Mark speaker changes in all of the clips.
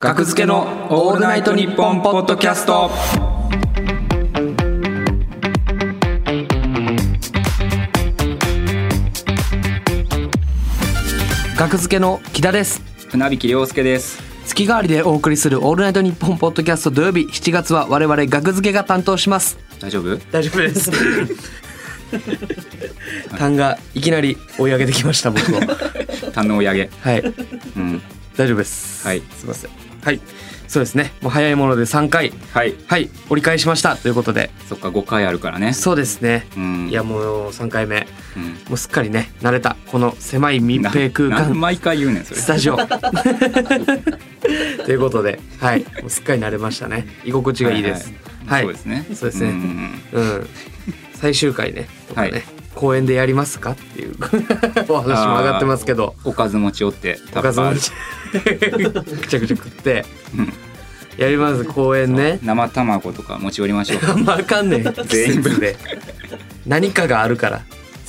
Speaker 1: 学付けのオールナイトニッポンポッドキャスト
Speaker 2: 学付けの木田です
Speaker 1: 船引亮介です
Speaker 2: 月替わりでお送りするオールナイトニッポンポッドキャスト土曜日7月は我々学付けが担当します
Speaker 1: 大丈夫
Speaker 2: 大丈夫ですタンがいきなり追い上げてきました僕を
Speaker 1: 堪能やげ
Speaker 2: はい
Speaker 1: うん
Speaker 2: 大丈夫です
Speaker 1: はい
Speaker 2: すいませんはいそうですねもう早いもので3回
Speaker 1: はい
Speaker 2: はい折り返しましたということで
Speaker 1: そっか5回あるからね
Speaker 2: そうですね
Speaker 1: うん
Speaker 2: いやもう3回目
Speaker 1: うん
Speaker 2: もうすっかりね慣れたこの狭い密
Speaker 1: な
Speaker 2: 閉空
Speaker 1: な
Speaker 2: 間
Speaker 1: 毎回言うねんそれ
Speaker 2: スタジオ ということではいもうすっかり慣れましたね居心地がいいです
Speaker 1: は
Speaker 2: はいい
Speaker 1: そうですね
Speaker 2: そうですね
Speaker 1: ん
Speaker 2: うん、最終回ねとかね、
Speaker 1: はい
Speaker 2: 公園でやりますかっていう お話も上がってますけど
Speaker 1: おかず持ち寄って
Speaker 2: おかず
Speaker 1: タ
Speaker 2: も
Speaker 1: ッパー
Speaker 2: ぐち ゃぐちゃ食って
Speaker 1: うん
Speaker 2: やります公園ね
Speaker 1: 生卵とか持ち寄りましょう
Speaker 2: あんまあかんねん
Speaker 1: 全員分
Speaker 2: 季節で何かがあるから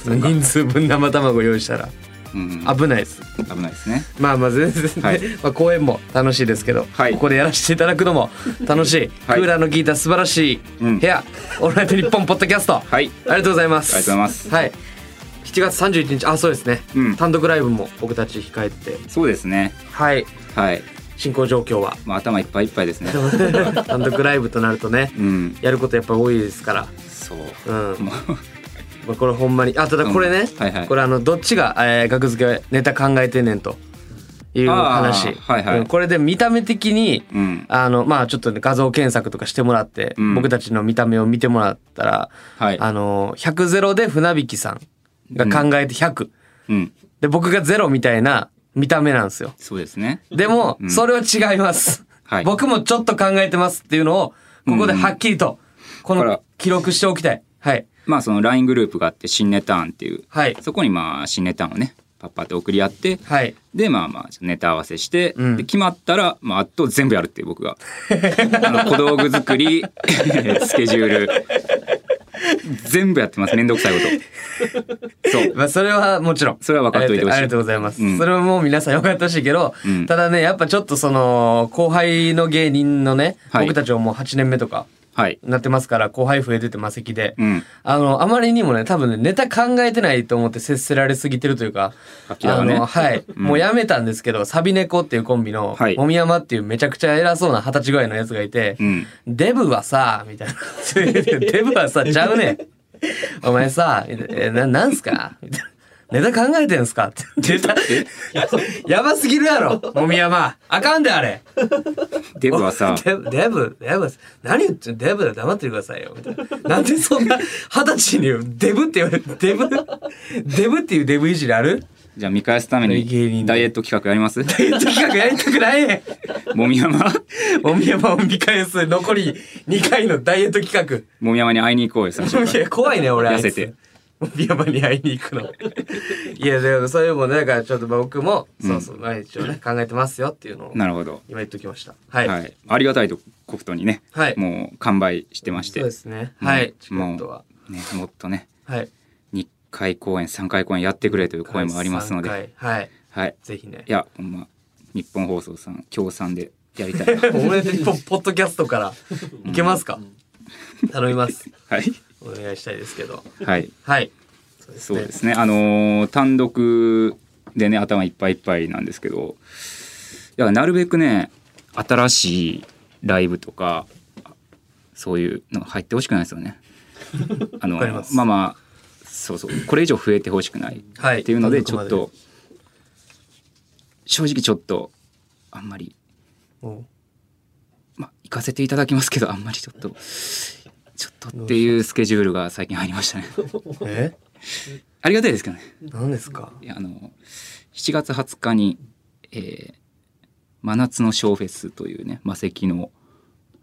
Speaker 2: その人数分生卵用意したら
Speaker 1: うん
Speaker 2: 危ないです
Speaker 1: 危ないですね
Speaker 2: まあまあ全然、ね
Speaker 1: はい
Speaker 2: まあ、公園も楽しいですけど、
Speaker 1: はい
Speaker 2: ここでやらせていただくの も楽しい、
Speaker 1: はい
Speaker 2: クーラーの効いた素晴らしい
Speaker 1: うん
Speaker 2: 部屋、オールナイトニッポンポッドキャスト、
Speaker 1: はい
Speaker 2: ありがとうございます。
Speaker 1: ありがとうございます
Speaker 2: はい。7月31日、あ、そうですね。
Speaker 1: うん
Speaker 2: 単独ライブも僕たち控えて、
Speaker 1: そうですね
Speaker 2: はい。
Speaker 1: はい
Speaker 2: 進行状況は。
Speaker 1: まあ頭いっぱいいっぱいですね
Speaker 2: 単独ライブとなるとね、
Speaker 1: うん
Speaker 2: やることやっぱ多いですから。
Speaker 1: そう
Speaker 2: うん。
Speaker 1: もう
Speaker 2: まあ、これほんまに、あ、ただこれね、
Speaker 1: うんはいはい
Speaker 2: これあの、どっちが、えー、学付けネタ考えてんねんと。いう
Speaker 1: あ
Speaker 2: 話、
Speaker 1: ーはいはい
Speaker 2: うんこれで見た目的に、
Speaker 1: うん
Speaker 2: あのまあちょっとね画像検索とかしてもらって、
Speaker 1: うん
Speaker 2: 僕たちの見た目を見てもらったら、
Speaker 1: はい
Speaker 2: あの100ゼロで船引きさんが考えて100、
Speaker 1: うん
Speaker 2: で僕がゼロみたいな見た目なんですよ
Speaker 1: そうですね
Speaker 2: でも、
Speaker 1: うん
Speaker 2: それは違います、
Speaker 1: はい
Speaker 2: 僕もちょっと考えてますっていうのをここではっきりとこ
Speaker 1: だから
Speaker 2: の記録しておきたいはい
Speaker 1: まあその LINE グループがあって新ネタ案っていう、
Speaker 2: はい
Speaker 1: そこにまあ新ネタ案をねパッパって送り合って
Speaker 2: はい
Speaker 1: でまあまあネタ合わせして、
Speaker 2: うん
Speaker 1: で決まったら、まあ、あと全部やるってい う僕があの小道具作り スケジュール全部やってますめんどくさいことそう
Speaker 2: まあそれはもちろん
Speaker 1: それは分かっといてほしい
Speaker 2: ありがとうございます、
Speaker 1: うん
Speaker 2: それはもう皆さん分かってほしいけど、
Speaker 1: うん
Speaker 2: ただねやっぱちょっとその後輩の芸人のね、
Speaker 1: はい
Speaker 2: 僕たちはもう8年目とか
Speaker 1: はい
Speaker 2: なってますから後輩増えててマセキで、
Speaker 1: うん
Speaker 2: あのあまりにもね多分ねネタ考えてないと思って接せられすぎてるというか
Speaker 1: 明らかね
Speaker 2: あのはい、
Speaker 1: うん
Speaker 2: もうやめたんですけどサビ猫っていうコンビの
Speaker 1: はい
Speaker 2: もみやまっていうめちゃくちゃ偉そうな二十歳ぐらいのやつがいて、
Speaker 1: うん
Speaker 2: デブはさみたいな デブはさちゃうねんお前さえななんすかみたいなネタ考えてんすかってネタやばすぎるやろもみやまあかんであれ
Speaker 1: デブはさ
Speaker 2: デブデブデブ何言ってんデブだ黙っててくださいよみたいななんでそんな二十歳にデブって言われてデブデブっていうデブいじりある
Speaker 1: じゃあ見返すため
Speaker 2: 芸
Speaker 1: に
Speaker 2: 人
Speaker 1: ダイエット企画やります
Speaker 2: ペット企画やりたくないね
Speaker 1: もみ山
Speaker 2: おみやまを見返す残り2回のダイエット企
Speaker 1: もみ山に会いに行こうよ最初か
Speaker 2: 画
Speaker 1: ら
Speaker 2: いや怖いね俺あいつ
Speaker 1: 痩せて
Speaker 2: おみやまに会いに行くのいやでもそれもねだからちょっと僕も、そうそう毎日をね考えてますよっていうのを今
Speaker 1: なるほど
Speaker 2: 言っときましたはい、
Speaker 1: はい、ありがたいとことにね、
Speaker 2: はい
Speaker 1: もう完売してまし
Speaker 2: そ
Speaker 1: て
Speaker 2: うですねはいチケ
Speaker 1: もう
Speaker 2: ットは
Speaker 1: ね、もっとね
Speaker 2: はい
Speaker 1: 2回公演3回公演やってくれという声もありますので、
Speaker 2: 三回はい
Speaker 1: はい、
Speaker 2: ぜひね
Speaker 1: いやほんま日本放送さん協賛でやりた いは
Speaker 2: 俺でポポッドキャストからいけますか頼みます
Speaker 1: い、
Speaker 2: お願いしたいですけど
Speaker 1: はい、
Speaker 2: はい
Speaker 1: そうですねあのー単独でね頭いっぱいいっぱいなんですけどいやなるべくね新しいライブとかそういうのが入ってほしくないです よね。あの
Speaker 2: わかります
Speaker 1: まあまあそうそうこれ以上増えてほしくない
Speaker 2: はい
Speaker 1: っていうのでち
Speaker 2: 単
Speaker 1: ょっ
Speaker 2: 独ま
Speaker 1: と正直ちょっとあんまり
Speaker 2: も
Speaker 1: まあ行かせていただきますけどあんまりちょっとちょっとっていうスケジュールが最近入りま したね
Speaker 2: うえ
Speaker 1: ありがたいですけどね
Speaker 2: 何ですか
Speaker 1: いやあの7月20日に、えー真夏のショーフェスというね魔石の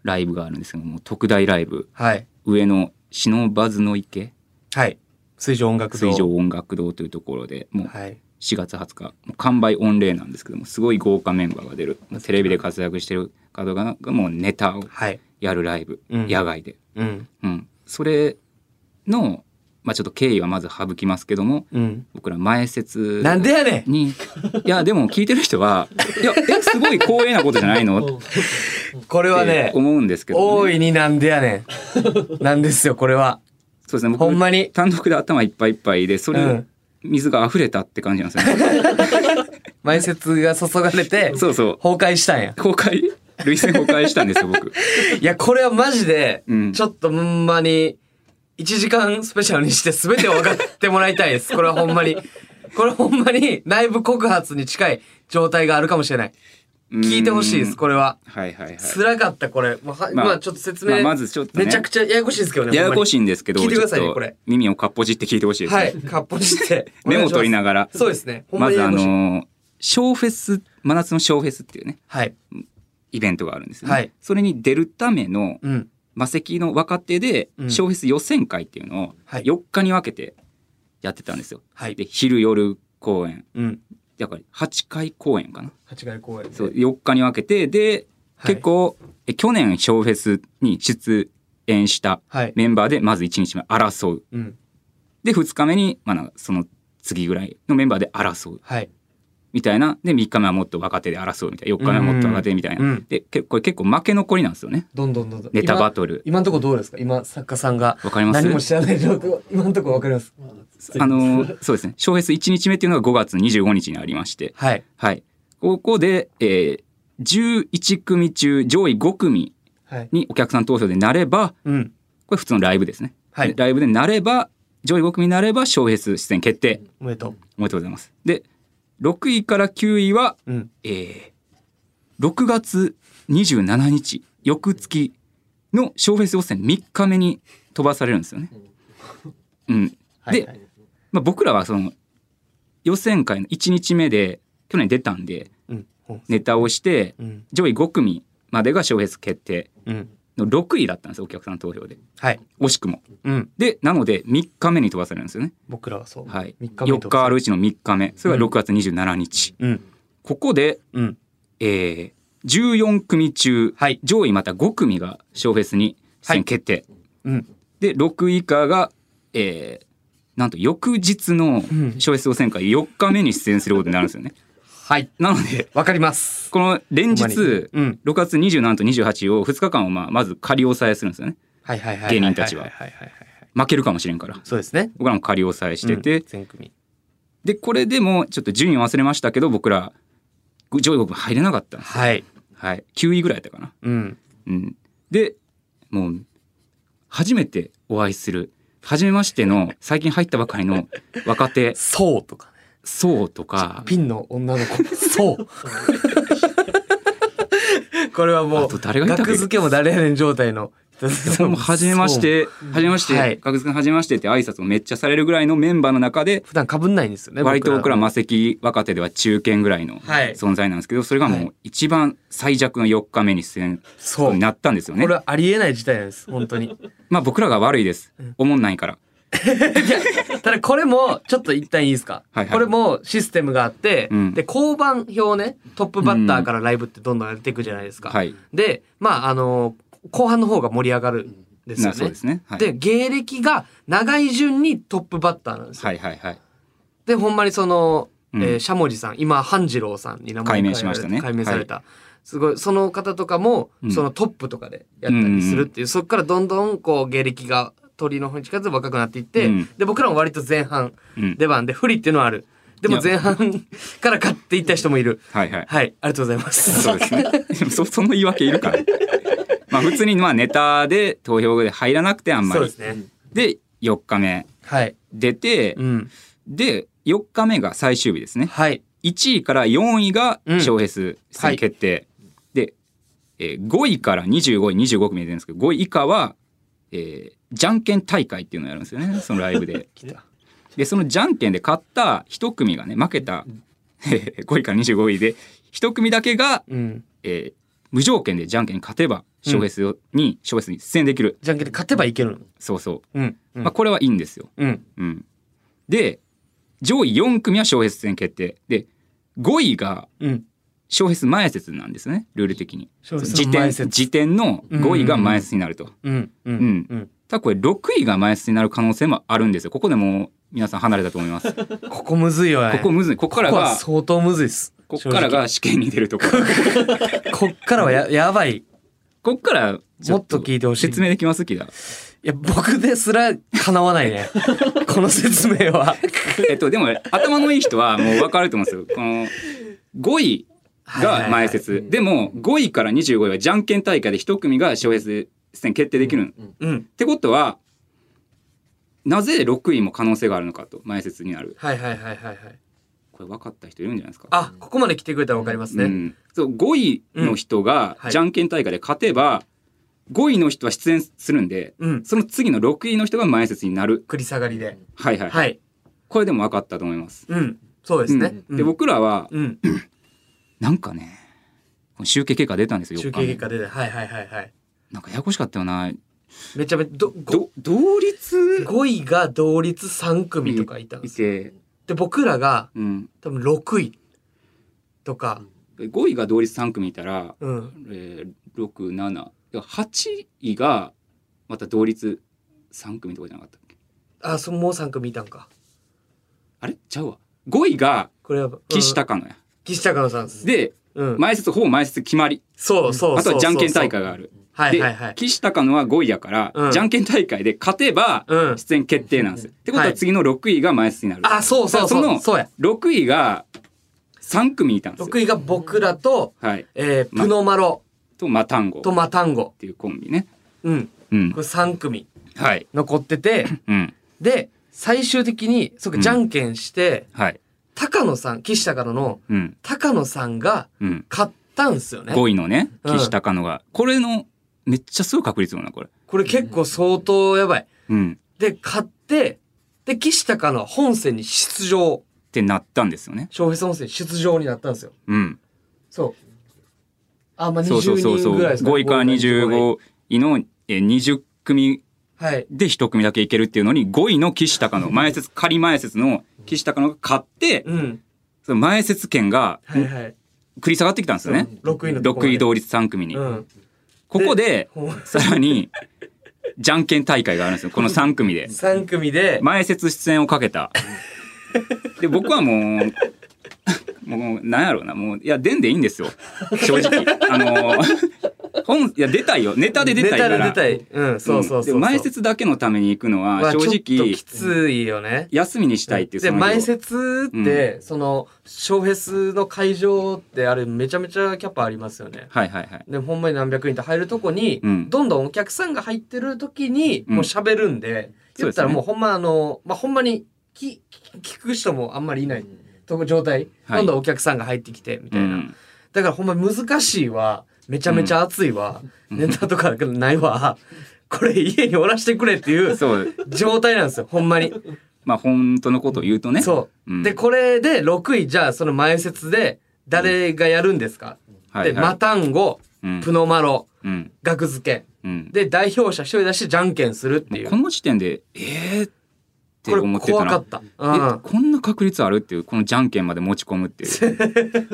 Speaker 1: ライブがあるんですけども特大ライブ
Speaker 2: はい
Speaker 1: 上の忍ばずの池
Speaker 2: はい水上音楽堂
Speaker 1: 水上音楽堂というところでもう
Speaker 2: はい
Speaker 1: 4月20日もう完売御礼なんですけどもすごい豪華メンバーが出るもうテレビで活躍してる方がもうネタを
Speaker 2: はい
Speaker 1: やるライブ、
Speaker 2: うん
Speaker 1: 野外で、
Speaker 2: うん
Speaker 1: うん、それの、ままあ、ちょっと経緯はまず省きますけども
Speaker 2: うん。
Speaker 1: 僕ら前説
Speaker 2: なんでやねん
Speaker 1: にいやでも聞いてる人は「いやえすごい光栄なことじゃないの?」っ
Speaker 2: これは
Speaker 1: て
Speaker 2: ね、
Speaker 1: 思うんですけど、ね、
Speaker 2: 大いになんでやね ん。なんですよ、これは。
Speaker 1: そうですね僕
Speaker 2: ほんまに。
Speaker 1: 単独で頭いっぱいいっぱいでそうれ、
Speaker 2: ん。
Speaker 1: 水が溢れたって感じなんです よね。
Speaker 2: 前説が注がれて、
Speaker 1: そうそう
Speaker 2: 崩壊したんや。
Speaker 1: 崩壊累戦崩壊したんですよ僕。
Speaker 2: いや、これはマジで
Speaker 1: うん、
Speaker 2: ちょっとほんまに、1時間スペシャルにして全てを分かってもらいたい です。これはほんまに。これほんまに内部告発に近い状態があるかもしれない。 聞いてほしいで
Speaker 1: う
Speaker 2: す、
Speaker 1: ん
Speaker 2: これは。
Speaker 1: はいはいはい。
Speaker 2: 辛かった、これ。まあ、は
Speaker 1: まあ
Speaker 2: まあちょっと説
Speaker 1: まあ
Speaker 2: 明、
Speaker 1: まずちょっとね
Speaker 2: めちゃくちゃややこしいですけどね。
Speaker 1: ややこし
Speaker 2: い。
Speaker 1: いんですけど、
Speaker 2: 聞いてくださいね
Speaker 1: ちょっと
Speaker 2: これ
Speaker 1: 耳をかっぽじって聞いてほしいですね。
Speaker 2: はい、かっぽじって。
Speaker 1: メモ取り
Speaker 2: が
Speaker 1: ながら
Speaker 2: ら。そうですね。ほんま
Speaker 1: ま
Speaker 2: に
Speaker 1: ず
Speaker 2: や
Speaker 1: あ
Speaker 2: やこしい。
Speaker 1: の小フェス真夏の小フェスっていうね
Speaker 2: はい。
Speaker 1: イベントがあるんですよね。
Speaker 2: はい
Speaker 1: それに出るための
Speaker 2: うん。
Speaker 1: マセキの若手で
Speaker 2: うん
Speaker 1: 小フェス予選会っていうのを
Speaker 2: はい
Speaker 1: 4日に分けてやってたんですよ。
Speaker 2: はい。
Speaker 1: で昼夜公演
Speaker 2: うん。
Speaker 1: だから8回公演かな。
Speaker 2: 八階公園で。
Speaker 1: そう4日に分けてで、
Speaker 2: はい
Speaker 1: 結。構え去年小フェスに出演した
Speaker 2: はい。
Speaker 1: メンバーでまず1日目争う。
Speaker 2: うん。
Speaker 1: で2日目に、まあ、なんかその次ぐらいのメンバーで争う
Speaker 2: はい。
Speaker 1: みたいなで3日目はもっと若手で争うみたいな4日目はもっと若手みたいな、
Speaker 2: うん
Speaker 1: でけこれ結構負け残りなんですよね
Speaker 2: どんどんどんどん。
Speaker 1: ネタバトル
Speaker 2: 今のところどうですか今作家さんが
Speaker 1: わかります
Speaker 2: 何も知らない状況今のところわかります
Speaker 1: あのーそうですね小フェス1日目っていうのが5月25日にありまして
Speaker 2: はい
Speaker 1: はいここで、えー、11組中上位5組
Speaker 2: はい
Speaker 1: にお客さん投票でなれば
Speaker 2: うん
Speaker 1: これ普通のライブですね、
Speaker 2: はい
Speaker 1: でライブでなれば上位5組になれば小フェス出演決定
Speaker 2: おめでとう
Speaker 1: おめでとうございますで6位から9位は
Speaker 2: うん
Speaker 1: えー、6月27日翌月の小フェス予選3日目に飛ばされるんですよね。うん、
Speaker 2: はい
Speaker 1: で、まあ、僕らはその予選会の1日目で去年出たんで
Speaker 2: うんうん
Speaker 1: ネタをして
Speaker 2: うん
Speaker 1: 上位5組までが小フェス決定
Speaker 2: うん
Speaker 1: の6位だったんですよお客さん投票で
Speaker 2: はい
Speaker 1: 惜しくも。
Speaker 2: うん
Speaker 1: でなので3日目に飛ばされるんですよね。
Speaker 2: 僕らはそう
Speaker 1: はい、
Speaker 2: 三日目に飛ばされる
Speaker 1: 4日あるうちの3日目それが6月27日、
Speaker 2: うん
Speaker 1: ここで
Speaker 2: うん
Speaker 1: えー、14組中、
Speaker 2: はい
Speaker 1: 上位また5組が小フェスに出演決定、
Speaker 2: うん
Speaker 1: で6位以下が、えー、なんと翌日の
Speaker 2: ん
Speaker 1: 小フェス予選会4日目に出演することになるんですよね。
Speaker 2: はい
Speaker 1: なので
Speaker 2: わかります
Speaker 1: この連日
Speaker 2: ほんまに
Speaker 1: 6
Speaker 2: うん
Speaker 1: 月27と28を2日間をまあまず仮押さえするんですよね
Speaker 2: はいはいはい
Speaker 1: 芸人たちはい
Speaker 2: はいはいはいはい
Speaker 1: 負けるかもしれんから
Speaker 2: そうですね
Speaker 1: 僕らも仮押さえしてて、
Speaker 2: うん全組
Speaker 1: でこれでもちょっと順位忘れましたけど僕ら上位5分入れなかったんですよ、
Speaker 2: はい
Speaker 1: はい、9位ぐらいだったかな
Speaker 2: うん
Speaker 1: うん、でもう初めてお会いする初めましての最近入ったばかりの若手
Speaker 2: そうとかね
Speaker 1: そうとか
Speaker 2: ピンの女の子そうこれはも
Speaker 1: あ
Speaker 2: う
Speaker 1: と誰がいたっけ
Speaker 2: 学付けも誰やねん状態の
Speaker 1: それも初めまして初めまして
Speaker 2: はい
Speaker 1: 学生の初めましてって挨拶をめっちゃされるぐらいのメンバーの中で
Speaker 2: 普段かぶんないんですよね
Speaker 1: 割と僕ら
Speaker 2: も
Speaker 1: 魔石若手では中堅ぐらいの
Speaker 2: はい
Speaker 1: 存在なんですけどそれが
Speaker 2: は
Speaker 1: もう
Speaker 2: い
Speaker 1: 一番最弱の4日目に出演
Speaker 2: そう
Speaker 1: になったんですよね
Speaker 2: これ。はありえない事態なんです本当に
Speaker 1: まあ僕らが悪いです思んないから。
Speaker 2: ただこれもちょっと一旦いいですか、
Speaker 1: はいはい
Speaker 2: これもシステムがあって、
Speaker 1: うん
Speaker 2: で交番表ねトップバッターからライブってどんどんやっていくじゃないですか、
Speaker 1: はい。
Speaker 2: でまああの後半の方が盛り上がるんですよ
Speaker 1: な
Speaker 2: ね
Speaker 1: そうですね。はい。
Speaker 2: で芸歴が長い順にトップバッターなんですよ、
Speaker 1: はいはいはい。
Speaker 2: でほんまにその、
Speaker 1: うん
Speaker 2: えーしゃもじさん今半次郎さんに名前
Speaker 1: 改名
Speaker 2: 変えられて
Speaker 1: しましたね
Speaker 2: 改名された、すごいその方とかも、
Speaker 1: うん
Speaker 2: そのトップとかでやったりするっていう、そこからどんどんこう芸歴が鳥の方に近づいて若くなっていって、
Speaker 1: うん
Speaker 2: で僕らも割と前半
Speaker 1: うん。
Speaker 2: 出番で不利っていうのはあるでも
Speaker 1: い
Speaker 2: 前半から勝っていった人もいる
Speaker 1: はいはい。
Speaker 2: はいありがとうございます
Speaker 1: そうですね。でもそ その言い訳いるから。まあ普通にまあネタで投票で入らなくてあんま
Speaker 2: そうで
Speaker 1: り
Speaker 2: す。ね
Speaker 1: で4日目
Speaker 2: はい
Speaker 1: 出て、
Speaker 2: うん
Speaker 1: で4日目が最終日ですね。
Speaker 2: はい
Speaker 1: 1位から4位が
Speaker 2: うん
Speaker 1: 小フェス出
Speaker 2: は
Speaker 1: 演
Speaker 2: い
Speaker 1: 決定。で、えー5位から25位25組出るんですけど5位以下は、えーじゃんけん大会っていうのをやるんですよねそのライ ブで。
Speaker 2: 来た
Speaker 1: でそのじゃんけんで勝った1組がね負けた 5位から25位で1組だけが
Speaker 2: うん
Speaker 1: えー無条件でじゃんけんに勝てば小フェスに小フェスに出演できる、
Speaker 2: じゃんけんで勝てばいけるの
Speaker 1: そうそう、
Speaker 2: うんうん、
Speaker 1: まあ、これはいいんですよ、
Speaker 2: うん
Speaker 1: うん、で上位4組は小フェス出演決定で5位が
Speaker 2: うん
Speaker 1: 小フェス前説なんですねルール的に
Speaker 2: 小フェスの
Speaker 1: 時
Speaker 2: 前
Speaker 1: 点
Speaker 2: 説
Speaker 1: 時点の5位が前説になると、
Speaker 2: うんうん
Speaker 1: うん
Speaker 2: うん
Speaker 1: 多分これ6位がマイナスになる可能性もあるんですよここでもう皆さん離れたと思いますこ
Speaker 2: ここむずいよね
Speaker 1: こむずいここから
Speaker 2: ここは
Speaker 1: が
Speaker 2: 相当むずいっす
Speaker 1: ここからが試験に出ると ころ
Speaker 2: 正直こっからはややばい
Speaker 1: ここからちょ
Speaker 2: もっと聞いてほしい
Speaker 1: 説明できますキダ
Speaker 2: いや僕ですらかなわない ねこの説明は
Speaker 1: えっとでも頭のいい人はもう分かると思うんですよこの5位が前説、
Speaker 3: はいはいはい
Speaker 1: でも5位から25位はじゃんけん大会で1組が小説戦決定できる、
Speaker 3: うん
Speaker 2: うん
Speaker 1: ってことはなぜ6位も可能性があるのかと前説になる
Speaker 2: はいはいはいはいはい
Speaker 1: これ分かった人いるんじゃないですか
Speaker 2: あここまで来てくれたらわかりますね、
Speaker 1: うん、そう5位の人が
Speaker 2: うんはい
Speaker 1: じゃんけん大会で勝てば、5位の人は出演するんで
Speaker 2: うん。
Speaker 1: その次の6位の人が前説になる
Speaker 2: 繰り下がりで。
Speaker 1: はいはい、
Speaker 2: はい。
Speaker 1: これでも分かったと思います、
Speaker 2: うん。そうですね。
Speaker 1: うんで僕らは
Speaker 2: うん。
Speaker 1: なんかねこの集計結果出たんですよ
Speaker 2: 集計結果
Speaker 1: 4日
Speaker 2: 出て、はいはいはいはい。
Speaker 1: 目なんかややこしかったよな
Speaker 2: めちゃめちゃ、ど、
Speaker 1: ど同率
Speaker 2: 5位が同率3組とかいたんで
Speaker 1: い
Speaker 2: す。
Speaker 1: て、
Speaker 2: で、僕らが
Speaker 1: うん、
Speaker 2: 多分6位とか、
Speaker 1: 5位が同率3組いたら、
Speaker 2: うん。
Speaker 1: えー、67 8位がまた同率3組とかじゃなかったっけ
Speaker 2: あ、そもう3組いたんか。
Speaker 1: あれちゃうわ5位が
Speaker 2: これは、うん
Speaker 1: 岸。高野や、
Speaker 2: 岸高野さんです。
Speaker 1: で
Speaker 2: うん。
Speaker 1: 前説ほぼ前説決まり
Speaker 2: そうそうそうそう。
Speaker 1: あとはじゃんけん大会がある。
Speaker 2: はい
Speaker 1: で、
Speaker 2: はいはい。
Speaker 1: 岸高野は5位やから、
Speaker 2: うん
Speaker 1: じゃんけん大会で勝てば
Speaker 2: うん。
Speaker 1: 出演決定なんですよ、ってこと
Speaker 2: は
Speaker 1: はい次の6位が前説になる、
Speaker 2: あ、そうそう
Speaker 1: だから
Speaker 2: そう。
Speaker 1: そ
Speaker 2: そうや。
Speaker 1: の6位が3組いたんですよ
Speaker 2: 6位が僕らと、
Speaker 1: はい
Speaker 2: えー、プノマロ
Speaker 1: とマタンゴっ
Speaker 2: とマタンゴ。
Speaker 1: ていうコンビね
Speaker 2: うん。
Speaker 1: うん
Speaker 2: これ3組
Speaker 1: はい
Speaker 2: 残ってて、
Speaker 1: うん
Speaker 2: で最終的にそう
Speaker 1: う
Speaker 2: か
Speaker 1: ん
Speaker 2: じゃんけんして、
Speaker 1: はい
Speaker 2: 高野さん岸高野の
Speaker 1: うん
Speaker 2: 高野さんが
Speaker 1: うん
Speaker 2: 勝ったんすよね
Speaker 1: 5位のね
Speaker 2: うん
Speaker 1: 岸高野が、これのめっちゃすごい確率よなこれ
Speaker 2: これ結構相当やばい
Speaker 1: うん
Speaker 2: で勝ってで岸高野は本戦に出場
Speaker 1: ってなったんですよね
Speaker 2: 小フェス本戦出場になったんですよ
Speaker 1: うん
Speaker 2: そうあまあ
Speaker 1: そうそうそ
Speaker 2: 20
Speaker 1: うそ
Speaker 2: 人
Speaker 1: う
Speaker 2: ぐらいですかね
Speaker 1: 5位から25位のえー20組
Speaker 2: はい
Speaker 1: で1組だけいけるっていうのに5位の岸高野前説仮前説の岸高野が勝って
Speaker 2: うん
Speaker 1: その前説権が
Speaker 2: はいはい
Speaker 1: 繰り下がってきたんですよね
Speaker 2: 6位のとこま
Speaker 1: 6
Speaker 2: で
Speaker 1: 位同率3組に、
Speaker 2: うん
Speaker 1: ここで
Speaker 2: ほん
Speaker 1: さらにじゃんけん大会があるんですよこの3組で
Speaker 2: 3組で
Speaker 1: 前説出演をかけたで僕はもうもうなんやろうなもういや出んでいいんですよ正直あの本いや出たいよネタで出たいから
Speaker 2: ネタで出たいうんそうそうそうそう
Speaker 1: で前説だけのために行くの
Speaker 2: は
Speaker 1: は
Speaker 2: ちょっ
Speaker 1: 正
Speaker 2: と
Speaker 1: 直
Speaker 2: きついよね
Speaker 1: 休みにしたいっていう
Speaker 2: で
Speaker 1: その日を
Speaker 2: 前説って、そのショーフェスの会場ってあれめちゃめちゃキャパありますよね
Speaker 1: はいはいはい
Speaker 2: でほんまに何百人って入るとこに、
Speaker 1: うん
Speaker 2: どんどんお客さんが入ってる時に
Speaker 1: うん
Speaker 2: もう喋るんで、
Speaker 1: そ
Speaker 2: 言
Speaker 1: うで
Speaker 2: っ
Speaker 1: すね
Speaker 2: たらもうほんまあの、まあ、ほんまにき聞く人もあんまりいないとこ状態、
Speaker 1: はい
Speaker 2: どんどんお客さんが入ってきてみたいな、
Speaker 1: うん
Speaker 2: だからほんま難しいわめちゃめちゃ熱いわ、
Speaker 1: うん
Speaker 2: ネタとかないわこれ家におらしてくれって いう
Speaker 1: そう
Speaker 2: 状態なんですよほんまに。
Speaker 1: まあ本当のことを言うとね
Speaker 2: そう
Speaker 1: うん
Speaker 2: でこれで6位じゃあその前説で誰がやるんですか、
Speaker 1: は
Speaker 2: で
Speaker 1: いは
Speaker 2: マ
Speaker 1: い
Speaker 2: タンゴ
Speaker 1: うん
Speaker 2: プノマロ
Speaker 1: うん
Speaker 2: 額付
Speaker 1: うん
Speaker 2: けで代表者一人出してじゃんけんするってい
Speaker 1: も
Speaker 2: う
Speaker 1: うこの時点でえー、って
Speaker 2: これ
Speaker 1: 思ってた
Speaker 2: 怖
Speaker 1: な
Speaker 2: かった、
Speaker 1: え
Speaker 2: うん、
Speaker 1: こんな確率あるっていうこのじゃんけんまで持ち込むっていう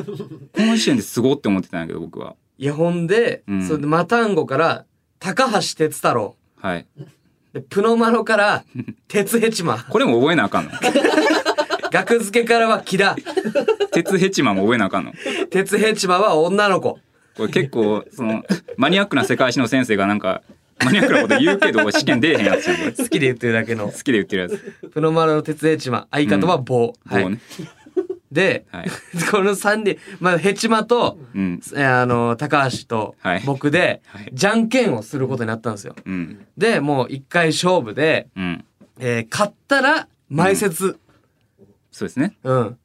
Speaker 1: この時点ですごって思ってたんやけど僕は
Speaker 2: いやほんで、
Speaker 1: うん
Speaker 2: それでマタンゴから高橋哲太郎
Speaker 1: はい
Speaker 2: でプノマロから 鉄ヘチマ
Speaker 1: これも覚えなあかんの
Speaker 2: 額付けからは木田
Speaker 1: 鉄ヘチマも覚えなあかんの
Speaker 2: 鉄ヘチマは女の子
Speaker 1: これ結構そのマニアックな世界史の先生がなんかマニアックなこと言うけど試験出えへんやつやんこれ
Speaker 2: 好きで言ってるだけの
Speaker 1: 好きで言ってるやつ
Speaker 2: プノマロの鉄ヘチマ相方は棒、
Speaker 1: 棒
Speaker 2: はい、
Speaker 1: ね
Speaker 2: で、
Speaker 1: はい
Speaker 2: この3人、まあ、ヘチマと
Speaker 1: うん
Speaker 2: えーあの高橋と
Speaker 1: はい
Speaker 2: 僕で、
Speaker 1: はい
Speaker 2: じゃんけんをすることになったんですよ。
Speaker 1: うん
Speaker 2: でもう一回勝負で、
Speaker 1: うん
Speaker 2: えー勝ったら前説、
Speaker 1: そうですね
Speaker 2: うん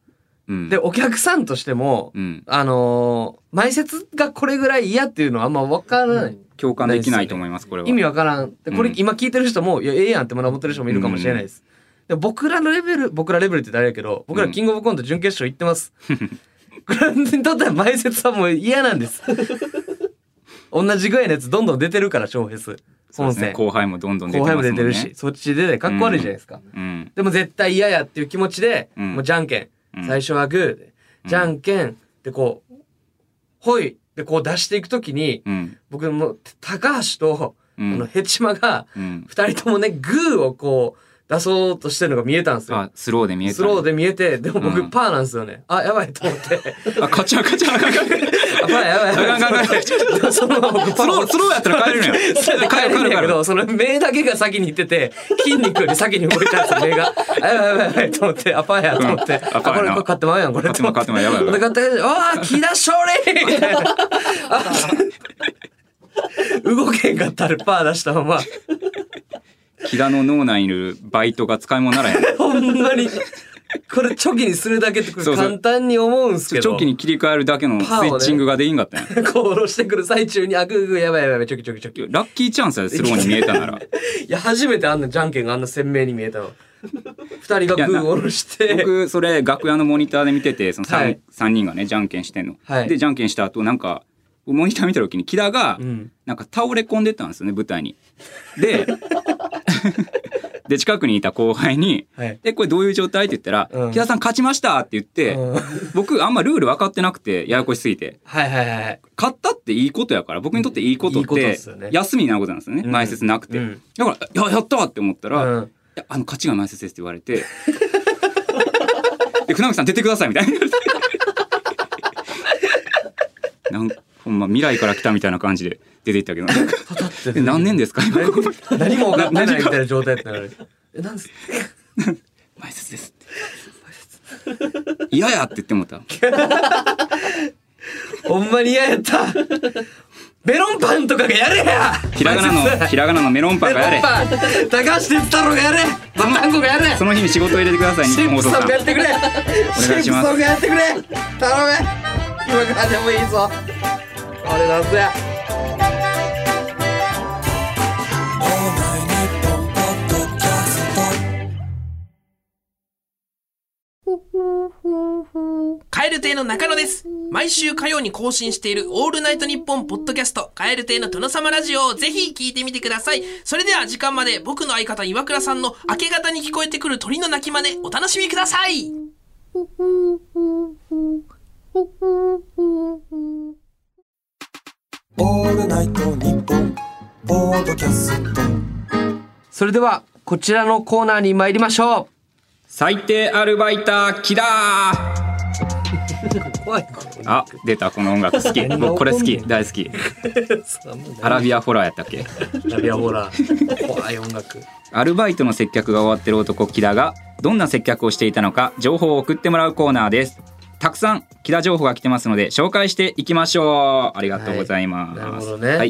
Speaker 1: うん
Speaker 2: でお客さんとしても、
Speaker 1: うん
Speaker 2: あのー前説がこれぐらい嫌っていうのはあんま分からない、
Speaker 1: 共感できないと思いますこれは
Speaker 2: 意味分からんでこれ
Speaker 1: うん
Speaker 2: 今聞いてる人も、いやええやんってまだ思ってる人もいるかもしれないです。で僕らのレベル僕らレベルって誰やけど僕らキングオブコント準決勝行ってます。僕らにとっては前説はもう嫌なん です。同じぐらいのやつどんどん出てるから小フェス
Speaker 1: そ
Speaker 2: 本
Speaker 1: うですね
Speaker 2: 戦。
Speaker 1: 後輩もどんどん出
Speaker 2: 後
Speaker 1: てま
Speaker 2: 輩
Speaker 1: すも
Speaker 2: も
Speaker 1: んね
Speaker 2: 出てるし、そっちでかっこ悪いじゃないですか、
Speaker 1: うん
Speaker 2: でも絶対嫌やっていう気持ちで、
Speaker 1: うん
Speaker 2: もうじゃんけん、
Speaker 1: うん
Speaker 2: 最初はグーで
Speaker 1: うん
Speaker 2: じゃんけんでこう「ほい」でこう出していくときに
Speaker 1: うん
Speaker 2: 僕もう高橋と
Speaker 1: うん
Speaker 2: あのヘチマが
Speaker 1: うん。
Speaker 2: 2人ともねグーをこう出そうとしてるのが見えたんですよ
Speaker 1: あ、スローで見えた。
Speaker 2: スロー。で見えてでも
Speaker 1: う
Speaker 2: 僕
Speaker 1: ん
Speaker 2: パーなんですよね、あやばいと思って
Speaker 1: あ、カチャンカチャンあかんあかん。
Speaker 2: あパーやばいやばい
Speaker 1: あかんあかんあかんちょっと
Speaker 2: そのまま僕
Speaker 1: スロー、スローやったら帰れるのよ。帰る
Speaker 2: 帰
Speaker 1: 帰
Speaker 2: るん
Speaker 1: る
Speaker 2: だ
Speaker 1: 帰
Speaker 2: け
Speaker 1: る。
Speaker 2: ど、その目だけが先に行ってて、筋肉より先に動いたんですよ、目が。あやばいやばいやばいと思って、アパーやと思って、あ、
Speaker 1: んアパーやな
Speaker 2: これこれ買ってまうやん、これ。
Speaker 1: 買ってまう買ってまうやばいやば
Speaker 2: で
Speaker 1: い
Speaker 2: 買って、ああ、木田勝利みたいな。あ動けんかったらパー出したまま、
Speaker 1: 木田の脳内にいるバイトが使い物にならへん。
Speaker 2: ほんまに、これチョキにするだけってこ
Speaker 1: そ
Speaker 2: れ
Speaker 1: うそう
Speaker 2: 簡単に思うんすけど。
Speaker 1: 長期に切り替えるだけのスイッチングができんかったんや。
Speaker 2: こう下ろしてくる最中に、あ、グーグーやばいやばい、チョキチョキチョキ。
Speaker 1: ラッキーチャンスやでスローに見えたな ら。
Speaker 2: いや、初めてあんなじゃんけんがあんな鮮明に見えたの。二人がグー下ろして。
Speaker 1: 僕それ楽屋のモニターで見ててその 3,、
Speaker 2: はい
Speaker 1: 三人がねじゃんけんしてんの、
Speaker 2: はい
Speaker 1: でじゃんけんした後なんかモニター見た時に木田が
Speaker 2: うん
Speaker 1: なんか倒れ込んでたんですよね舞台に。 でで近くにいた後輩に
Speaker 2: はい
Speaker 1: 「えこれどういう状態?」って言ったら「
Speaker 2: うん
Speaker 1: 木田さん勝ちました」って言って、
Speaker 2: うん
Speaker 1: 僕あんまルール分かってなくてややこしすぎて
Speaker 2: はいはいはいはい。
Speaker 1: 勝ったっていいことやから僕にとっていいこと
Speaker 2: いい
Speaker 1: っ
Speaker 2: ことで
Speaker 1: て
Speaker 2: すよね
Speaker 1: 休みになることなんですよね、
Speaker 2: うん
Speaker 1: 前説なくて、
Speaker 2: うん
Speaker 1: だから「いややった!」って思ったら「
Speaker 2: う
Speaker 1: い
Speaker 2: ん
Speaker 1: やあの勝ちが前説です」って言われて 「で船木さん出てください」みたいな なんほんま未来から来たみたいな感じで出ていったけど
Speaker 2: パタッ
Speaker 1: え
Speaker 2: て
Speaker 1: 何年ですか今ここ
Speaker 2: 何も分かってないみ
Speaker 1: 何
Speaker 2: た
Speaker 1: か
Speaker 2: いな状態やったのに。え、なんす
Speaker 1: 前説ですって 嫌やって言ってもうた
Speaker 2: ほんまに嫌やった。メロンパンとかがやれや
Speaker 1: ひらがなのひらがなのメロンパンがや
Speaker 2: メロ
Speaker 1: れ
Speaker 2: ンパン高橋哲太郎がやれパタンコがやれ
Speaker 1: その日に仕事を入れてください日
Speaker 2: シ
Speaker 1: 本
Speaker 2: ンプ
Speaker 1: 放送
Speaker 2: ソ
Speaker 1: さ
Speaker 2: ン
Speaker 1: ん
Speaker 2: がやってくれ
Speaker 1: 願い
Speaker 2: シン
Speaker 1: し
Speaker 2: プ
Speaker 1: ます
Speaker 2: ソンがやってくれ頼め今からでもいいぞ俺だぜ
Speaker 3: 蛙亭の中野です。毎週火曜に更新しているオールナイトニッポンポッドキャスト、蛙亭の殿様ラジオをぜひ聞いてみてください。それでは時間まで僕の相方岩倉さんの明け方に聞こえてくる鳥の鳴き真似お楽しみください。
Speaker 4: オールナイトニッポンポードキャスト
Speaker 2: それでは、こちらのコーナーに参りましょ
Speaker 1: 最低アルバイターキラー
Speaker 2: う怖い
Speaker 1: あ出たこの音楽好き僕これ好き大好きアラビアホラーやったっけ
Speaker 2: アラビア ホラー怖い音楽
Speaker 1: アルバイトの接客が終わってる男キラがどんな接客をしていたのか情報を送ってもらうコーナーですたくさんキラ情報が来てますので紹介していきましょうありがとうございます、
Speaker 2: はい
Speaker 1: は、
Speaker 2: ないるほどね
Speaker 1: えー
Speaker 2: はい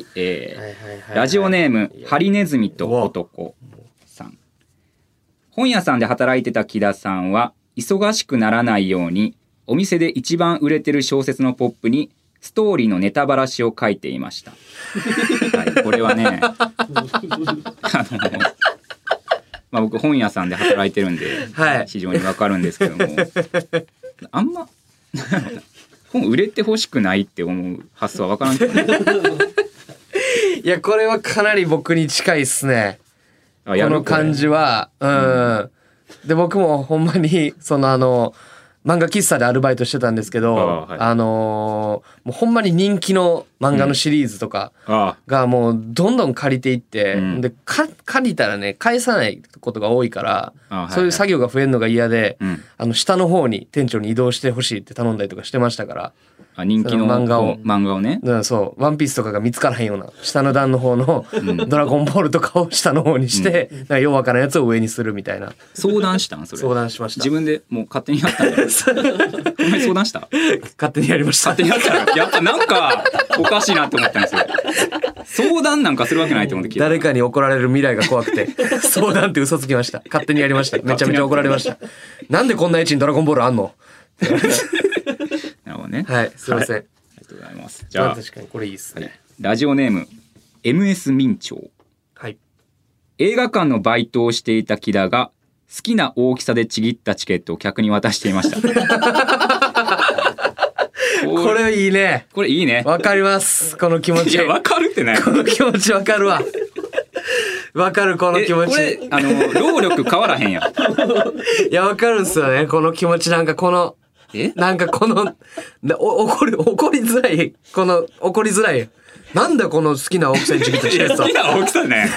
Speaker 2: はいはい
Speaker 1: ラジオネーム
Speaker 2: いや
Speaker 1: ハリネズミと男さん本屋さんで働いてた木田さんは忙しくならないようにお店で一番売れてる小説のポップにストーリーのネタばらしを書いていました、はい、これは ねあのまあ僕本屋さんで働いてるんで、
Speaker 2: はい
Speaker 1: 非常にわかるんですけどもあんま 本売れてほしくないって思う発想はわからんけどね
Speaker 2: いや、これはかなり僕に近いっすね。
Speaker 1: あ
Speaker 2: こ
Speaker 1: やる
Speaker 2: の
Speaker 1: これ
Speaker 2: 感じは。うん。で、僕もほんまに、そのあの、漫画喫茶でアルバイトしてたんですけど、あ,、
Speaker 1: あーはい
Speaker 2: のーもうほんまに人気の漫画のシリーズとか
Speaker 1: ああ
Speaker 2: がもうどんどん借りていって、
Speaker 1: うん
Speaker 2: で、か借りたらね、返さないことが多いから、
Speaker 1: あはいはい
Speaker 2: そういう作業が増えるのが嫌で、
Speaker 1: うん
Speaker 2: あの、下の方に店長に移動してほしいって頼んだりとかしてましたから、
Speaker 1: あ人気
Speaker 2: そ
Speaker 1: の
Speaker 2: の漫画を
Speaker 1: こう漫画をね。
Speaker 2: うん、そう、ワンピースとかが見つからへんような、下の段の方の、ドラゴンボールとかを下の方にして、なんかようわからんやつを上にするみたいな。
Speaker 1: 相談したんそれ。
Speaker 2: 相談しました
Speaker 1: 自分でもう勝手にやっ たの。お前相談した。
Speaker 2: 勝手にやりました。
Speaker 1: 勝手にやったの。やっぱなんかおかしいなって思ったんですよ。相談なんかするわけないと思って聞いた。
Speaker 2: 誰かに怒られる未来が怖くて、相談って嘘つきました。勝手にやりました。めちゃめちゃ怒られました。なんでこんな位置にドラゴンボールあんの
Speaker 1: なるほどね。
Speaker 2: はい、すいません。
Speaker 1: はいありがとうございます。じゃ
Speaker 2: ま
Speaker 1: あ
Speaker 2: あ確かにこれいいですね。
Speaker 1: ラジオネーム M.S. 明朝。
Speaker 2: はい。
Speaker 1: 映画館のバイトをしていた木田が好きな大きさでちぎったチケットを客に渡してい ました。
Speaker 2: これいいね。
Speaker 1: これいいね。
Speaker 2: わかります。この気持
Speaker 1: い
Speaker 2: ち。
Speaker 1: や
Speaker 2: こ
Speaker 1: わかるってない。
Speaker 2: の気持ちわかるわ。わかる、この
Speaker 1: え
Speaker 2: 気持
Speaker 1: こ
Speaker 2: ち
Speaker 1: れ。あの労力変わらへんやん。
Speaker 2: いや、わかるんすよね。この気持ちなんか、この、
Speaker 1: え
Speaker 2: なんかこの、なお怒り、怒りづらい、この、怒りづらい。なんだこの好きな大きさにちぎったチケット
Speaker 1: 好きな大き さね。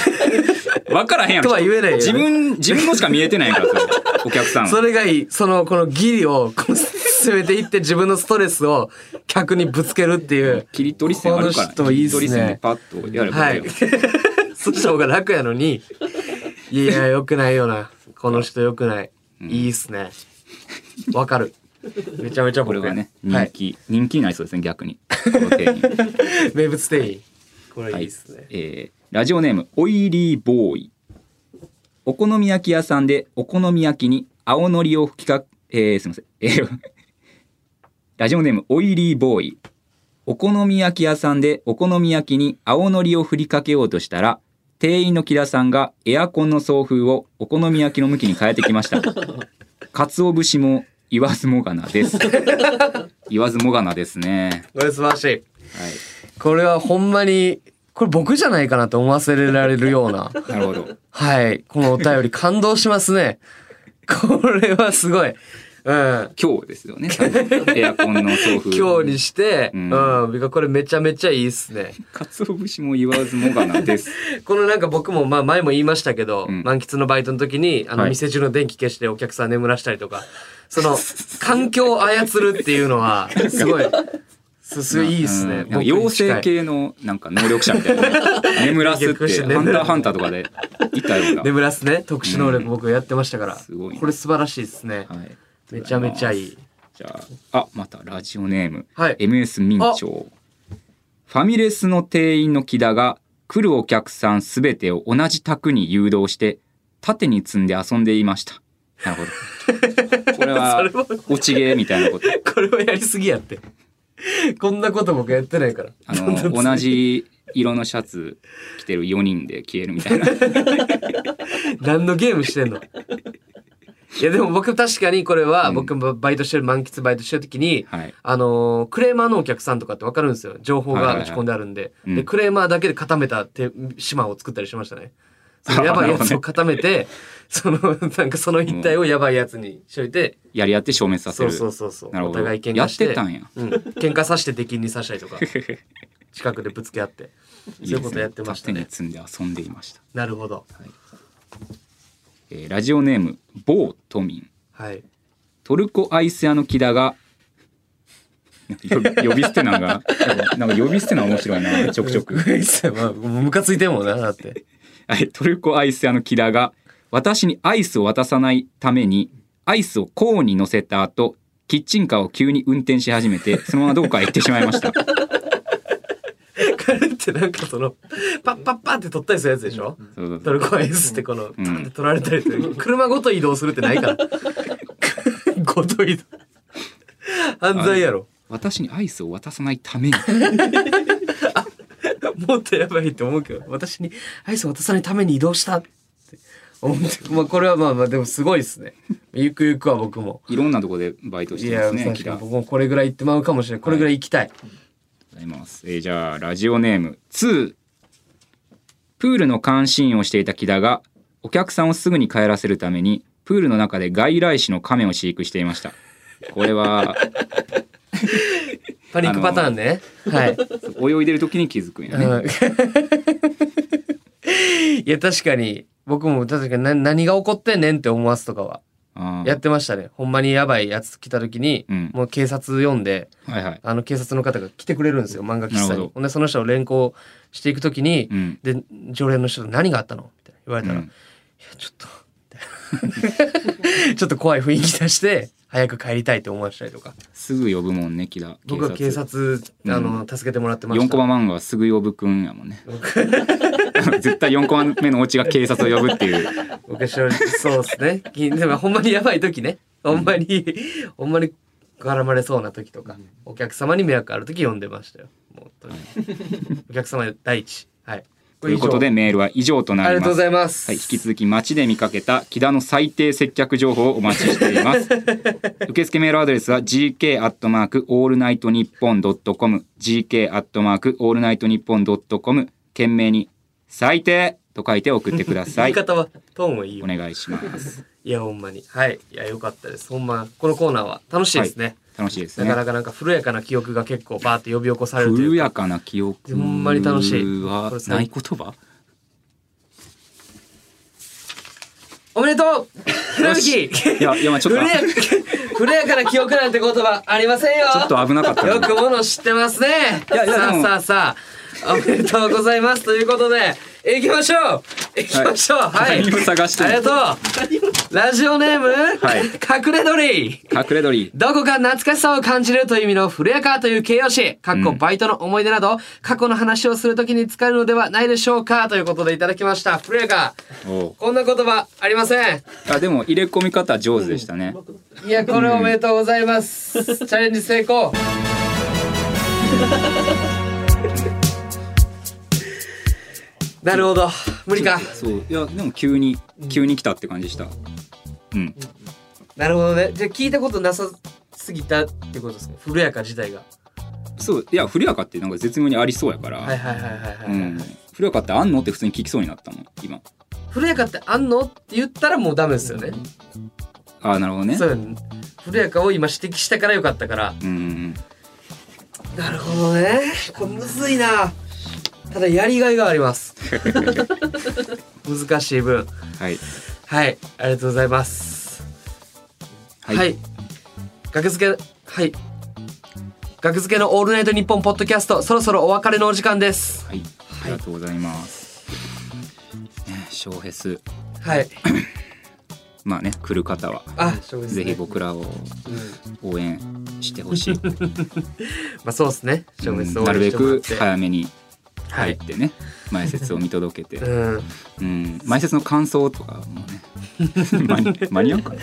Speaker 1: わからへんやろ。
Speaker 2: とは言えないよ
Speaker 1: 自分、自分のしか見えてないから、それお客さんは。
Speaker 2: それがいいそのこのギリをこう攻めていって自分のストレスを客にぶつけるっていう
Speaker 1: 切り取り線あるから、
Speaker 2: この人いいっすね
Speaker 1: 切り取り線でパッとやれば
Speaker 2: はい
Speaker 1: い
Speaker 2: い
Speaker 1: よ。
Speaker 2: そした方が楽やのにいやよくないよなこの人よくない、いいっすねわかるめちゃめちゃ
Speaker 1: こ
Speaker 2: 僕
Speaker 1: れがね、
Speaker 2: は
Speaker 1: 人
Speaker 2: い、
Speaker 1: 気、人気になりそうですね、逆に。この店員
Speaker 2: 名物店員こ
Speaker 1: は
Speaker 2: れいい
Speaker 1: い
Speaker 2: っすね、
Speaker 1: えーラジオネーム、オイリーボーイ。お好み焼き屋さんで、お好み焼きに青のりを吹きか、えー、すみません。えー ラジオネーム、オイリーボーイ。お好み焼き屋さんでお好み焼きに青のりを振りかけようとしたら、店員の木田さんがエアコンの送風をお好み焼きの向きに変えてきま した。鰹節も言わずもがなです。言わずもがなですね。
Speaker 2: これ素晴らしい
Speaker 1: は。
Speaker 2: これはほんまにこれ僕じゃないかなと思わせられるようない
Speaker 1: なるほど。
Speaker 2: はいこのお便り感動しますね これはすごいうん
Speaker 1: 今日ですよね。多分エアコンの送風。
Speaker 2: 今日にして、う、
Speaker 1: うんん
Speaker 2: 僕はこれめちゃめちゃいいっすね。
Speaker 1: 鰹節も言わずもがなです。
Speaker 2: このなんか僕もまあ前も言いましたけど、
Speaker 1: うん
Speaker 2: 満喫のバイトの時に、あの
Speaker 1: はい
Speaker 2: 店中の電気消してお客さん眠らしたりとか、その 環境を操るっていうのは、すごい、すすご いいいっす
Speaker 1: うん
Speaker 2: ね。
Speaker 1: なんか妖
Speaker 2: 僕に
Speaker 1: 精
Speaker 2: 近い
Speaker 1: 系のなんか能力者みたいな。 眠らすって、
Speaker 2: 逆して
Speaker 1: ハンターハンターとかでい たような。
Speaker 2: 眠らすね、特殊能力僕やってましたから、
Speaker 1: すごいね
Speaker 2: これ素晴らしいっすね。
Speaker 1: はい
Speaker 2: めちゃめちゃいい。
Speaker 1: じゃあ、あ、またラジオネーム。
Speaker 2: はい
Speaker 1: MS 民調。ファミレスの店員の木田が来るお客さんすべてを同じ卓に誘導して縦に積んで遊んでいました。なるほ ど。これは
Speaker 2: それは
Speaker 1: 落ち芸みたいなこと。
Speaker 2: これはやりすぎやって。こんなこと僕やってないから。
Speaker 1: あの同じ色のシャツ着てる4人で消えるみ たいな。
Speaker 2: 何のゲームしてんのいやでも僕確かにこれは僕もバイトしてる満喫バイトしてる時に、
Speaker 1: はい
Speaker 2: あのークレーマーのお客さんとかって分かるんですよ情報
Speaker 1: はいはい
Speaker 2: が
Speaker 1: は
Speaker 2: 打ち
Speaker 1: い
Speaker 2: 込んであるんで,、
Speaker 1: うん
Speaker 2: でクレーマーだけで固めた手島を作ったりしました ねそのやばいやつを固めて、そのなんかその一体をやばいやつにしといて、
Speaker 1: やり合って消滅させ
Speaker 2: そう
Speaker 1: る。
Speaker 2: そうそうそう
Speaker 1: なる
Speaker 2: お
Speaker 1: ほど
Speaker 2: 互い喧嘩して
Speaker 1: やってたんや
Speaker 2: うん、喧嘩させて出禁にさしたりとか 近くでぶつけ合ってそういうことやってました
Speaker 1: い
Speaker 2: ね
Speaker 1: いですね縦に積んで遊んでいました。
Speaker 2: なるほど
Speaker 1: えーラジオネーム某都民
Speaker 2: はい
Speaker 1: トルコアイス屋の木田が呼び呼び捨てなんがなんか呼び捨てなん面白いなちょくちょく
Speaker 2: まあムカついてんもんなだって
Speaker 1: はい、トルコアイス屋のキラが私にアイスを渡さないためにアイスをコーンに乗せた後キッチンカーを急に運転し始めてそのままどこかへ行ってしまいました
Speaker 2: カレーってなんかそのパッパッパって取ったりするやつでしょ、
Speaker 1: そうそうそ
Speaker 2: ト
Speaker 1: う
Speaker 2: ルコアイスってこの、
Speaker 1: ん
Speaker 2: パッて取られたりする車ごと移動するってない からごと移動犯罪やろ
Speaker 1: 私にアイスを渡さないために
Speaker 2: もっとやばいって思うけど私にアイス渡さないために移動したって思ってまあこれはまあまあでもすごいですねゆくゆくは僕も
Speaker 1: いろんなとこでバイトし
Speaker 2: い
Speaker 1: てま
Speaker 2: や
Speaker 1: すね
Speaker 2: 確
Speaker 1: キ
Speaker 2: か
Speaker 1: ラ
Speaker 2: に僕もこれぐらい行ってまうかもしれないこれぐらい行きたい、
Speaker 1: ございます。えーじゃあラジオネーム2プールの監視員をしていた木田がお客さんをすぐに帰らせるためにプールの中で外来種の亀を飼育していました。これは
Speaker 2: パニックパターンね、はい
Speaker 1: 泳いでる時に気づくんやね。
Speaker 2: うん いや確かに僕も確かに何何が起こってんねんって思わすとかは
Speaker 1: あー
Speaker 2: やってましたねほんまにやばいやつ来た時に、
Speaker 1: うん
Speaker 2: もう警察読んで
Speaker 1: はいはい。
Speaker 2: あの警察の方が来てくれるんですよ漫画喫茶
Speaker 1: なるほ
Speaker 2: に
Speaker 1: ど
Speaker 2: ほんでその人を連行していく時に、
Speaker 1: うん
Speaker 2: で常連の人が「何があったの?」みたいな言われたら「
Speaker 1: うん
Speaker 2: いやちょっと」みたいな ちょっと怖い雰囲気出して早く帰りたいって思わせたりとか
Speaker 1: すぐ呼ぶもんね木田。
Speaker 2: 僕は警察あの、助けてもらってました
Speaker 1: 4コマ漫画はすぐ呼ぶくんやも んね。絶対4コマ目のオチが警察を呼ぶっていう。
Speaker 2: 僕は正直そうですねきでもほんまにやばい時ねほんまに、ほんまに絡まれそうな時とか、お客様に迷惑ある時呼んでましたよもう本当にお客様第一はい
Speaker 1: ということでメールは以上と
Speaker 2: あ
Speaker 1: な
Speaker 2: りが
Speaker 1: りま
Speaker 2: とうご
Speaker 1: す
Speaker 2: ざ。います、
Speaker 1: はい、引き続き街で見かけた木田の最低接客情報をお待ちしてい ます。受付メールアドレスは gk アットマークオールナイトニッポンドットコム gk アットマークオールナイトニッポンドットコム懸命に最低と書いて送ってくださ
Speaker 2: 言い
Speaker 1: い。
Speaker 2: 方はトーンはいい
Speaker 1: お
Speaker 2: よ
Speaker 1: 願いします。
Speaker 2: いやほんまにはいいやよかったですほんまこのコーナーは楽しいですね、
Speaker 1: 楽しいです
Speaker 2: な
Speaker 1: ね
Speaker 2: かなかなんか古やかな記憶が結構バーって呼び起こされるという
Speaker 1: 古
Speaker 2: か
Speaker 1: やかな記憶
Speaker 2: ほんまに楽しい
Speaker 1: は
Speaker 2: これ最
Speaker 1: ない言葉
Speaker 2: おめでとうひろゆき
Speaker 1: いやいやまあちょっ
Speaker 2: 古
Speaker 1: と
Speaker 2: や 古やかな記憶なんて言葉ありませんよ
Speaker 1: ちょっと危なかったな
Speaker 2: よくもの知ってますね
Speaker 1: いやいや
Speaker 2: さ
Speaker 1: で
Speaker 2: あ
Speaker 1: も
Speaker 2: さあさあおめでとうございますということで行きましょう行きましょうはい、
Speaker 1: 何を探して
Speaker 2: あり
Speaker 1: る
Speaker 2: がとうラジオネーム、
Speaker 1: はい
Speaker 2: 隠れ鳥
Speaker 1: 隠れ鳥
Speaker 2: どこか懐かしさを感じるという意味の古やかという形容詞、かっこバイトの思い出など、過去の話をするときに使えるのではないでしょうかということでいただきました。古やか、
Speaker 1: おう
Speaker 2: こんな言葉ありません。
Speaker 1: あでも入れ込み方上手でしたね
Speaker 2: いや、これおめでとうございます。 チャレンジ成功。なるほど、無理か。
Speaker 1: そういやでも急に急に来たって感じしたうん
Speaker 2: なるほどね。じゃあ聞いたことなさすぎたってことですね。古やか自体が。
Speaker 1: そういや古やかってなんか絶妙にありそうやから、
Speaker 2: はいはいはいはいはい。
Speaker 1: うん、古やかってあんのって普通に聞きそうになったもん今
Speaker 2: 古やかってあんのって言ったらもうダメですよね。
Speaker 1: ああなるほどね
Speaker 2: そうよね古やかを今指摘したからよかったから
Speaker 1: うんうん
Speaker 2: なるほどねこれむずいなただやりがいがあります 難しい分
Speaker 1: うんはい
Speaker 2: はいありがとうございますはい、学付けはい学付けの「オールナイトニッポン」ポッドキャストそろそろお別れのお時間です
Speaker 1: はい、ありがとうございます。ね、ショーフェス、
Speaker 2: はい
Speaker 1: まあね、来る方は、
Speaker 2: あそうですね
Speaker 1: ぜひ僕らを
Speaker 2: うん
Speaker 1: 応援してほ しい。
Speaker 2: まあそうですね正面
Speaker 1: うんなるべく
Speaker 2: はい
Speaker 1: 早めに
Speaker 2: は
Speaker 1: 入っ
Speaker 2: い
Speaker 1: てね、前説を見届け
Speaker 2: う
Speaker 1: て、
Speaker 2: ん
Speaker 1: うん、前説の感想とかもね。 間に間に合うかな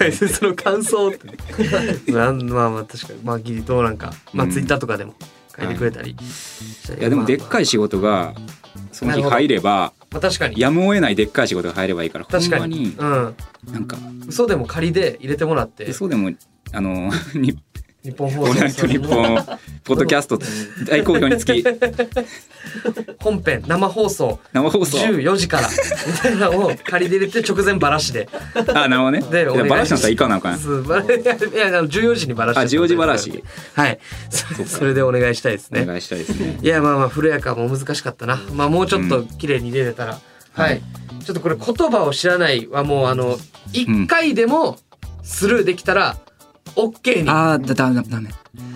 Speaker 2: 大切の感想ってなんまあまあ確かにまあギリどうなんかまあ
Speaker 1: うん
Speaker 2: ツイッターとかでも書いてくれたり、したり
Speaker 1: いやでもでっか
Speaker 2: い、
Speaker 1: い仕事がその日入れば
Speaker 2: まあ、確かに
Speaker 1: やむを得ないでっかい仕事が入ればいいから
Speaker 2: 確
Speaker 1: ほ
Speaker 2: か
Speaker 1: んま
Speaker 2: に
Speaker 1: に
Speaker 2: うん
Speaker 1: なんか
Speaker 2: 嘘でも仮で入れてもらって
Speaker 1: でそうでもあ の日
Speaker 2: 日本放
Speaker 1: 本
Speaker 2: 送
Speaker 1: ナイト日本ポッドキャスト大好評につ き
Speaker 2: 本編生放送
Speaker 1: 生放送
Speaker 2: 14時からみたいなのを仮で入れて直前バラしで
Speaker 1: あ、なるほどね。
Speaker 2: で
Speaker 1: で、
Speaker 2: お願い
Speaker 1: バラシなったらいかなあかん。
Speaker 2: そうバラいやいやあの14時にバラし
Speaker 1: あ、ジオジバラシ。
Speaker 2: はいそそれでお願いしたいです
Speaker 1: お
Speaker 2: ね
Speaker 1: 願いしたいですね。
Speaker 2: いやまあまあ古やかも難しかったな、まあもうちょっと綺麗に入れれたら、はい、ちょっとこれ言葉を知らないはもうあの1回でもスルーできたら OK に、
Speaker 1: あー、だ、だ、だ、ダメ。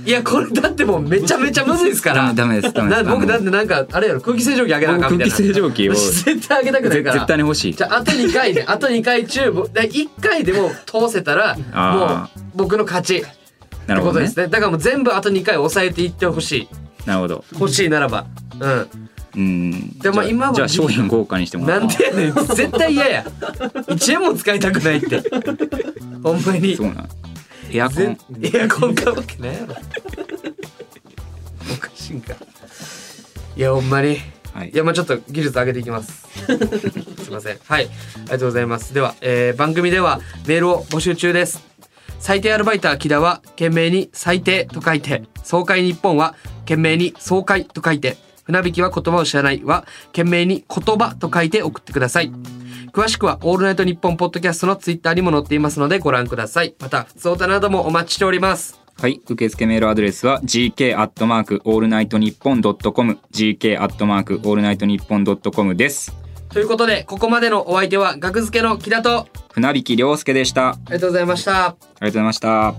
Speaker 2: いやこれだってもうめちゃめちゃむずいですから
Speaker 1: ダメ、ダメです。ダメで
Speaker 2: な
Speaker 1: す。
Speaker 2: 僕だってなんかあれやろ空気清浄機あげなあかんみたいな
Speaker 1: 僕空気清浄機を
Speaker 2: 絶対あげた
Speaker 1: あの
Speaker 2: くない
Speaker 1: ぜ
Speaker 2: から
Speaker 1: 絶対に欲しい
Speaker 2: じ。ゃああと2回ねあと2回中ぼだ1回でも通せたら
Speaker 1: あ
Speaker 2: もう僕の勝ちって
Speaker 1: なる
Speaker 2: こ
Speaker 1: ほ
Speaker 2: と
Speaker 1: ど
Speaker 2: で
Speaker 1: ね
Speaker 2: す。ねだからもう全部あと2回抑えていってほしい
Speaker 1: なるほど。
Speaker 2: 欲しいならばうん
Speaker 1: うん。
Speaker 2: でも
Speaker 1: じゃあ
Speaker 2: 今は
Speaker 1: じゃあ商品豪華にしてもら
Speaker 2: な
Speaker 1: おうん
Speaker 2: でやねん絶対嫌や1円も使いたくないってほんまに
Speaker 1: そうなん。エアコン
Speaker 2: ぜ。エアコン買うわけないやろおかしいんかいやほんまに、
Speaker 1: はい
Speaker 2: い、やまあちょっと技術上げていきます すいませんはいありがとうございますでは、えー番組ではメールを募集中です最低アルバイター木田は懸命に最低と書いて爽快日本は懸命に爽快と書いて船引きは言葉を知らないは懸命に言葉と書いて送ってください詳しくはオールナイトニッポンポッドキャストのツイッターにも載っていますのでご覧くださいまた普通歌などもお待ちしております
Speaker 1: はい。受付メールアドレスは gk アットマークオールナイトニッポンドットコム gk アットマークオールナイトニッポンドットコムです。
Speaker 2: ということでここまでのお相手は学付けの木田と
Speaker 1: 船引亮介でした。あり
Speaker 2: ありがとうございました
Speaker 1: がとうございました。